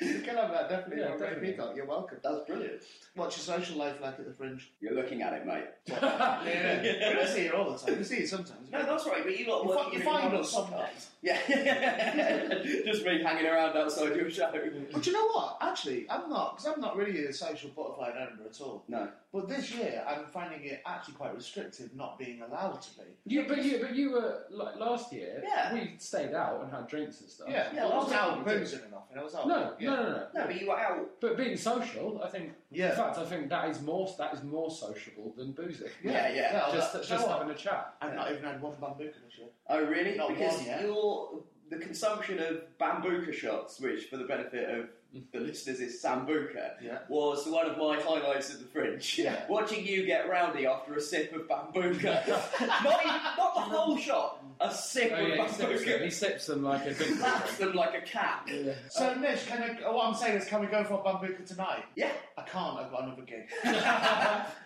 You can have that definitely.
Yeah,
You're a great
definitely.
peacock, You're welcome.
That's brilliant.
What's your social life like at the fringe?
You're looking at it, mate.
Yeah, we don't see it all the time. We see it sometimes.
No, that's right, but you lot
You
work
fi- you
really
find
hard
it
on
some
podcast.
days.
Yeah. Just me hanging around outside your show.
But you know what? Actually, I'm not because I'm not really a social butterfly in Edinburgh at all.
No.
But this year, I'm finding it actually quite restrictive not being allowed to be.
You, but you, but you were like last year.
Yeah.
We stayed out and had drinks and stuff.
Yeah,
Yeah,
I
last
was out
time we
boozing enough, and I was out.
No,
yeah.
no, no, no.
No, but you were out.
But being social, I think.
Yeah.
In fact, I think that is more that is more sociable than boozing.
Yeah, yeah.
I was
Just
like, "Do you
just
know what?
having a chat.
I've not even had one bambuka this year.
Oh, really?
Not
because
one yet.
your the consumption of bambuka shots, which for the benefit of the listeners is sambuka,
Yeah.
was one of my highlights of the fringe.
Yeah.
Watching you get rowdy after a sip of bambuka, not even, not the whole shot, a sip
Oh, yeah, he,
of
sips them. he
bambuka,
sips them like a big.
slaps them like a cat.
yeah.
So, Nish, can I, what I'm saying is, can we go for a bambuka tonight?
Yeah,
I can't. I've got another gig.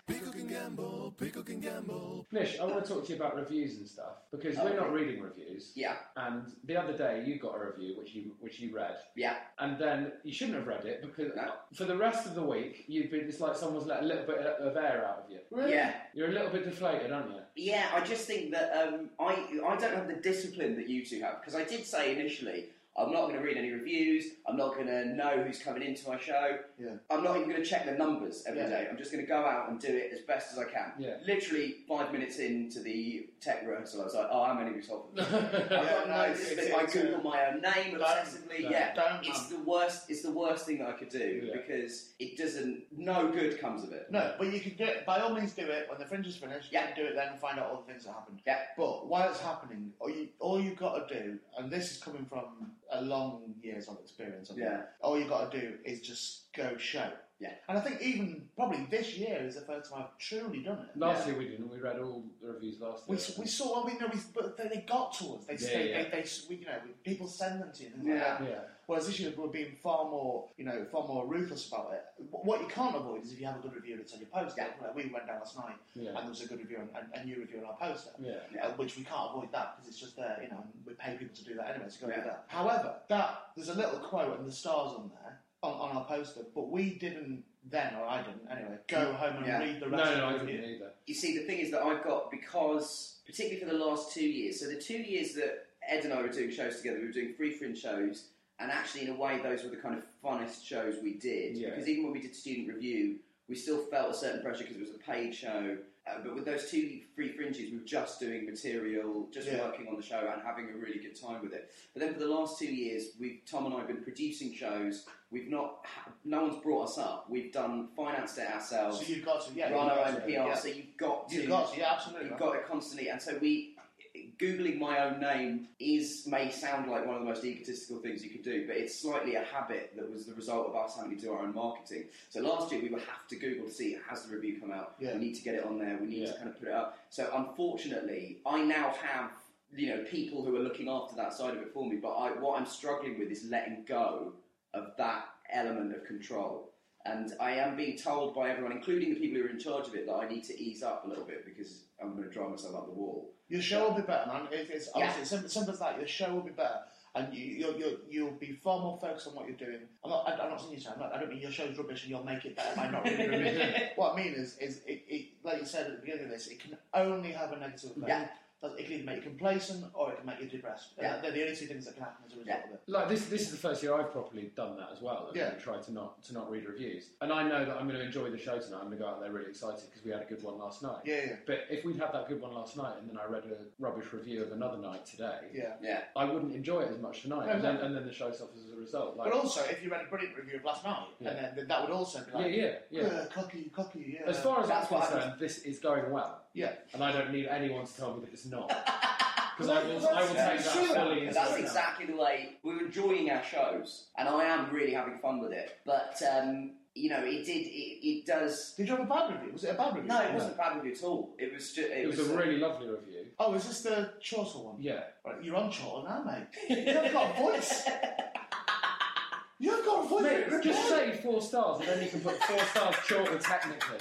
Pickle can gamble, pickle can gamble.
Nish, I want to talk to you about reviews and stuff because
Oh,
we're not
okay.
reading reviews.
Yeah,
And the other day you got a review which you which you read,
yeah.
and then you shouldn't have read it because
No.
for the rest of the week you've been. It's like someone's let a little bit of air out of you.
Yeah.
You're a little bit deflated, aren't you?
Yeah, I just think that um, I I don't have the discipline that you two have because I did say initially I'm not going to read any reviews. I'm not going to know who's coming into my show.
Yeah.
I'm not even going to check the numbers every
Yeah.
day. I'm just going to go out and do it as best as I can.
Yeah.
Literally five minutes into the tech rehearsal, I was like, oh, I'm only resolved.
Yeah,
I've got
no,
no
it's-
discipline.
it's-
I
it's,
Google
uh,
my own name
don't-
obsessively.
don't.
yeah.
Don't.
It's
man.
the worst. It's the worst thing that I could do
Yeah.
because it doesn't. No good comes of it.
No, but you can do it. By all means, do it when the fringe is finished.
Yeah.
do it then and find out all the things that happened.
Yeah.
But while it's happening, all you all you've got to do, and this is coming from a long years of experience. Of it,
Yeah.
all you've got to do is just go show.
Yeah.
And I think even probably this year is the first time I've truly done it.
Last
Yeah.
year we didn't. We read all the reviews last
We,
year.
we saw, well, we know, we, but they, they got to us. They,
Yeah,
they,
yeah.
they, they, we, you know, we, people send them to you. Things
Yeah.
Like that.
yeah.
Whereas this year we're being far more, you know, far more ruthless about it. Wh- What you can't avoid is if you have a good review and it's on your poster.
Yeah.
Like, we went down last night
Yeah.
and there was a good review on, and a new review on our poster.
Yeah.
Yeah.
Uh, which we can't avoid that because it's just there, you know, and we pay people to do that anyway, so go
Yeah.
do that. However, that there's a little quote and the stars on there on, on our poster, but we didn't then, or I didn't anyway, go home and
Yeah.
read the
No,
rest
no, I
of the
didn't
review.
either.
You see, the thing is that I've got because, particularly for the last two years, so the two years that Ed and I were doing shows together, we were doing free fringe shows, and actually, in a way, those were the kind of funnest shows we did.
Yeah.
Because even when we did student review, we still felt a certain pressure because it was a paid show. Uh, but with those two free fringes, we were just doing material, just
Yeah.
working on the show, and having a really good time with it. But then for the last two years, we've Tom and I have been producing shows. We've not, ha- no one's brought us up. We've done financed it ourselves
So you've got to, yeah.
run
you've
our
got
own
to,
PR.
yeah.
So you've got to,
You've got to, yeah, absolutely.
you've got to constantly. And so we, googling my own name is may sound like one of the most egotistical things you could do, but it's slightly a habit that was the result of us having to do our own marketing. So last year we would have to Google to see has the review come out.
Yeah.
We need to get it on there. We need to
Yeah.
kind of put it up. So unfortunately, I now have. You know, people who are looking after that side of it for me, but I, what I'm struggling with is letting go of that element of control. And I am being told by everyone, including the people who are in charge of it, that I need to ease up a little bit because I'm going to drive myself up the wall.
Your show will be better, man. It, it's
Yeah.
honestly it's simple, simple as that. Your show will be better, and you, you'll, you'll, you'll be far more focused on what you're doing. I'm not, I, I'm not saying you I'm not, I don't mean your show's rubbish and you'll make it better by not reading the review. What I mean is, is it, it, like you said at the beginning of this, it can only have a negative effect.
Yeah.
That- It can either make you complacent or it can make you depressed. Uh,
Yeah.
They're the only two things that can happen as a result
Yeah.
of it.
Like this, this is the first year I've properly done that as well.
Yeah.
Yeah. Try to not to not read reviews, and I know that I'm going to enjoy the show tonight. I'm going to go out there really excited because we had a good one last night.
Yeah, yeah,
But if we'd had that good one last night, and then I read a rubbish review of another night today,
yeah.
Yeah.
I wouldn't enjoy it as much tonight.
No,
and, then,
no.
and then the show suffers as a result. Like,
But also, if you read a brilliant review of last night,
Yeah.
and then, then that would also be
yeah,
like, uh,
yeah, yeah.
"Ugh, cocky, cocky, yeah.
As far as I'm
That's what
concerned, this is going well,
yeah.
and I don't need anyone to tell me that it's not. Because I will, I will take
That's
that
true.
fully. into
That's
account.
exactly the way we're enjoying our shows, and I am really having fun with it. But um, you know, it did. It, it does.
Did you have a bad review? Was it a bad review?
No, it wasn't bad with you at all. It was just. It,
It was a really lovely review.
Oh, is this the Chaucer one?
Yeah.
Right, you're on Chortle now, mate. You've got a voice. You've got a voice.
Mate,
You're
just
good.
say four stars, and then you can put four stars shorter technically.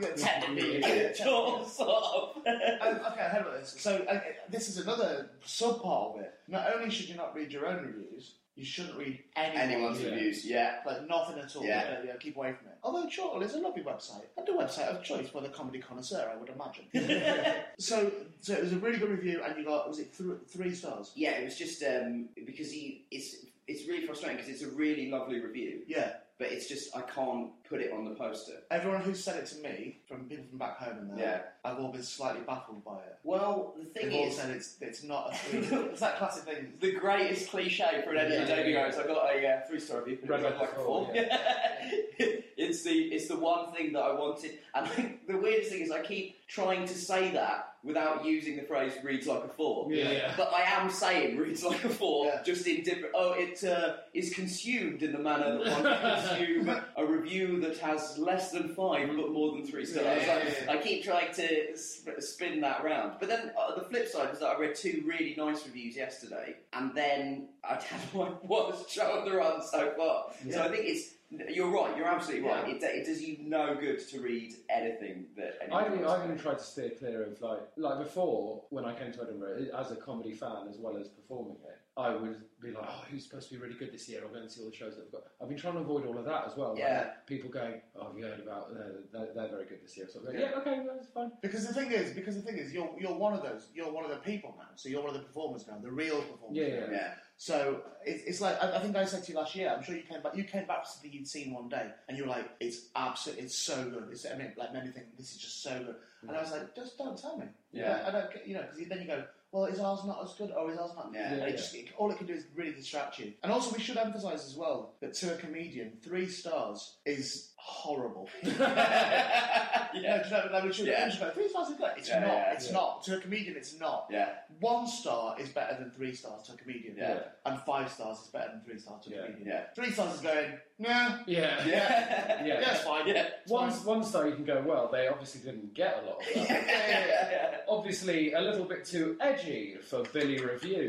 Yeah,
technically
Yeah.
sort of.
um, okay, how about this? So uh, uh, this is another sub part of it. Not only should you not read your own reviews, you shouldn't read anyone's.
Anyone's
Yeah.
reviews, yeah.
Like nothing at all.
Yeah.
Uh, yeah, keep away from it. Although Chortle is a lovely website, and a website of choice for the comedy connoisseur, I would imagine. so, so it was a really good review, and you got was it th- three stars?
Yeah, it was just um, because he. It's it's really frustrating because it's a really lovely review,
Yeah.
but it's just I can't put it on the poster.
Everyone who said it to me, from people from back home and there, I've all been slightly baffled by it.
Well, the thing
They've all
is,
said it's it's not a three. it's that classic thing.
the greatest cliche for an
Yeah,
editor
yeah,
Davey
yeah.
goes, I got a uh, three star review, but it
Read
was
that
like a
before,
four. it's the it's the one thing that I wanted, and like, the weirdest thing is I keep trying to say that without using the phrase "reads like a four.
Yeah, yeah.
But I am saying reads like a four,
Yeah.
just in different. Oh, it uh, is consumed in the manner that one can consume a review that has less than five but more than three stars.
Yeah, yeah,
Like,
yeah, yeah.
I keep trying to sp- spin that round. But then uh, the flip side was that I read two really nice reviews yesterday, and then I had my worst show of the run so far. So
Yeah.
I think it's You're right. You're absolutely right.
Yeah.
It, it does you no good to read anything that. anyone
I've,
else
I've even
says.
tried to steer clear of like like before when I came to Edinburgh as a comedy fan as well as performing it. I would be like, oh, who's supposed to be really good this year? I'll go and see all the shows that we've got. I've been trying to avoid all of that as well. like,
Yeah.
people going, oh, have you heard about? They're, they're, they're very good this year. So I'm going,
Yeah.
yeah, okay, that's fine.
Because the thing is, because the thing is, you're you're one of those, you're one of the people now. So you're one of the performers now, the real performers.
Yeah,
now.
yeah.
Yeah.
So it's, it's like I, I think I said to you last year. I'm sure you came back. You came back to something you'd seen one day, and you were like, "It's absolutely, it's so good." It's, I mean, like many things, this is just so good. And I was like, "Just don't tell me."
Yeah.
I don't, get- you know, because then you go, "Well, is ours not as good, or is ours not?"
Yeah.
And
Yeah.
it just, it- all it can do is really distract you. And also, we should emphasise as well that to a comedian, three stars is horrible.
yeah.
No, do you know, like, we should
Yeah.
we should go, three stars is good. It's
Yeah,
not.
yeah,
it's
yeah.
not. To a comedian, it's not.
Yeah.
One star is better than three stars to a comedian.
Yeah.
And five stars is better than three stars to a
Yeah.
comedian.
Yeah.
Three stars is going, nah,
Yeah. yeah.
Yeah.
yeah, it's fine.
Yeah.
It's
One,
fine.
one star you can go, well, they obviously didn't get a lot of that.
Yeah.
obviously, a little bit too edgy for Billy Reviews.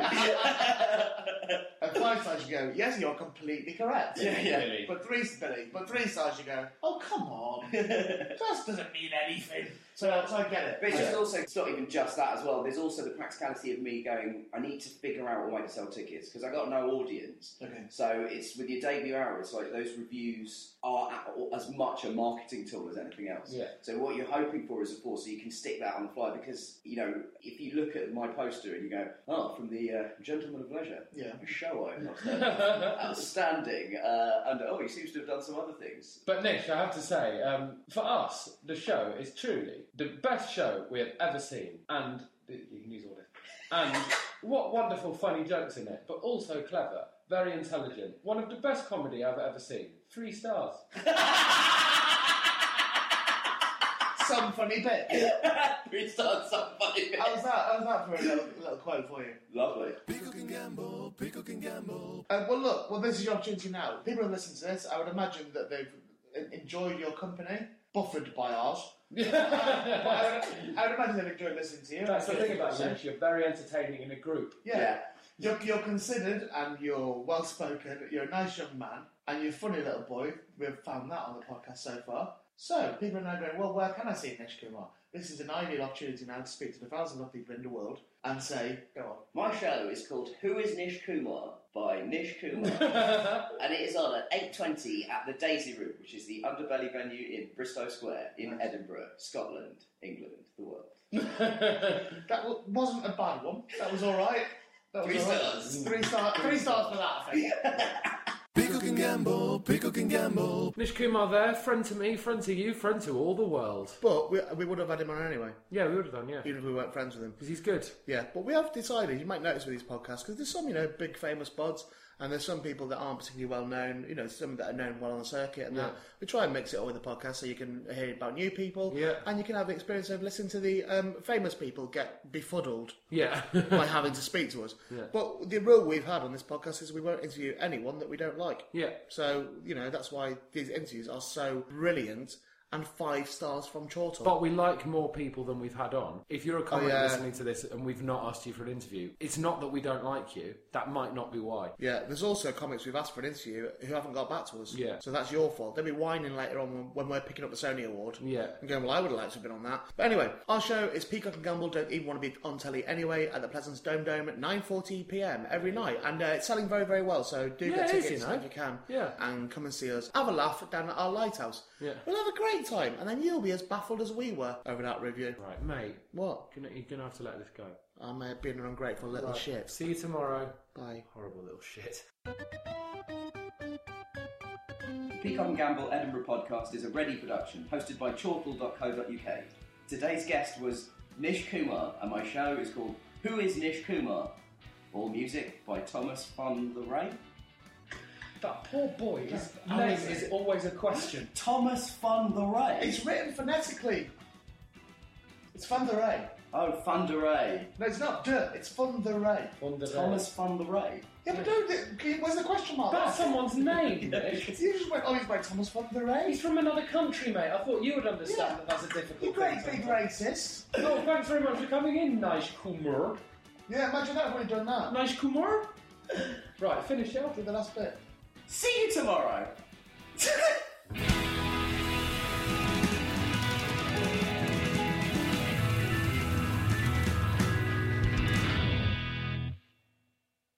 And five stars you go, yes, you're completely correct.
Yeah. Yeah.
Billy.
But three, Billy, but three stars you go, oh, come on. that doesn't mean anything. So, so I get it.
But it's
I-
just also, it's not even just that as well. There's also the practicality of me going, I need to figure out a way to sell tickets because I got no audience.
Okay.
So it's with your debut hour, it's like those reviews are a- as much a marketing tool as anything else.
Yeah.
So what you're hoping for is, of course, so you can stick that on the fly because, you know, if you look at my poster and you go, oh, from the uh, Gentleman of Leisure,
Yeah.
a show I've not done. Outstanding. Uh, and, oh, he seems to have done some other things.
But Nish, I have to say, um, for us, the show is truly the best show we have ever seen, and you can use all this. And what wonderful, funny jokes in it, but also clever, very intelligent. One of the best comedy I've ever seen. Three stars.
Some funny bit.
He's done some funny bits.
How's that? How's that for a little, little quote for you?
Lovely.
Pickle can gamble, pickle can gamble.
Uh, well, look, well, this is your opportunity now. People who listen to this, I would imagine that they've en- enjoyed your company, buffered by ours. But I,
That's
would, I would imagine they've enjoyed listening to you.
the thing about you, Nish. You're very entertaining in a group.
Yeah.
Yeah.
You're, you're considered and you're well spoken, you're a nice young man, and you're a funny little boy. We've found that on the podcast so far. So, people are now going, well, where can I see Nish Kumar? This is an ideal opportunity now to speak to the thousands of people in the world and say, go on.
My show is called Who is Nish Kumar by Nish Kumar. and it is on at 8.20 at the Daisy Room, which is the underbelly venue in Bristow Square in Edinburgh, Scotland, England, the world.
That wa- wasn't a bad one. That was all right. That was
Three
all right.
stars.
Three stars. Three stars for that. I think.
Pickle can gamble, pickle can gamble.
Nish Kumar there, friend to me, friend to you, friend to all the world.
But we, we would have had him on anyway,
Yeah, we would have done, yeah.
even if we weren't friends with him.
Because he's good.
Yeah, but we have decided, you might notice with these podcasts, because there's some, you know, big famous pods, and there's some people that aren't particularly well known, you know, some that are known well on the circuit and that.
Yeah.
We try and mix it all with the podcast so you can hear about new people,
Yeah.
and you can have the experience of listening to the um, famous people get befuddled
Yeah.
by having to speak to us.
Yeah.
But the rule we've had on this podcast is we won't interview anyone that we don't like.
yeah.
So, you know, that's why these interviews are so brilliant and five stars from Chortle.
But we like more people than we've had on. If you're a comic
yeah.
listening to this and we've not asked you for an interview, it's not that we don't like you. That might not be why.
Yeah, there's also comics we've asked for an interview who haven't got back to us.
Yeah.
So that's your fault. They'll be whining later on when- when we're picking up the Sony Award.
Yeah.
And going, well, I would have liked to have been on that. But anyway, our show is Peacock and Gamble. Don't even want to be on telly anyway at the Pleasance Dome Dome at 9.40pm every night. And uh, it's selling very, very well, so do
Yeah,
get
it is,
tickets
you know.
if you can.
Yeah.
And come and see us. Have a laugh down at our lighthouse.
Yeah.
We'll have a great time. And then you'll be as baffled as we were over that review.
Right, mate.
What?
Gonna, you're going to have to let this go.
I'm uh, being an ungrateful little shit.
See you tomorrow.
Bye.
Horrible little shit.
Peacock and Gamble Edinburgh podcast is a ready production hosted by chortle.co.uk. Today's guest was Nish Kumar, and my show is called Who is Nish Kumar? All music by Thomas Fon the Ray.
That poor boy, his name is always a question.
Thomas Fon the Ray?
It's written phonetically. It's Fun the Ray.
Oh, Fon the Ray.
No, it's not dirt. It's Fun the Ray.
Thomas Fon the Ray.
Yeah, but don't. Where's the question mark?
That's someone's name, Nick.
You just went, oh, he's by Thomas Fun the Ray.
He's from another country, mate. I thought you would
Yeah.
understand that that's a difficult
You great
thing
big
sometimes.
racist.
Oh, thanks very much for coming in, Nish Kumar.
Yeah, imagine that. I've done that.
Nish Kumar? Right, finish it off.
Do the last bit.
See you tomorrow!
That's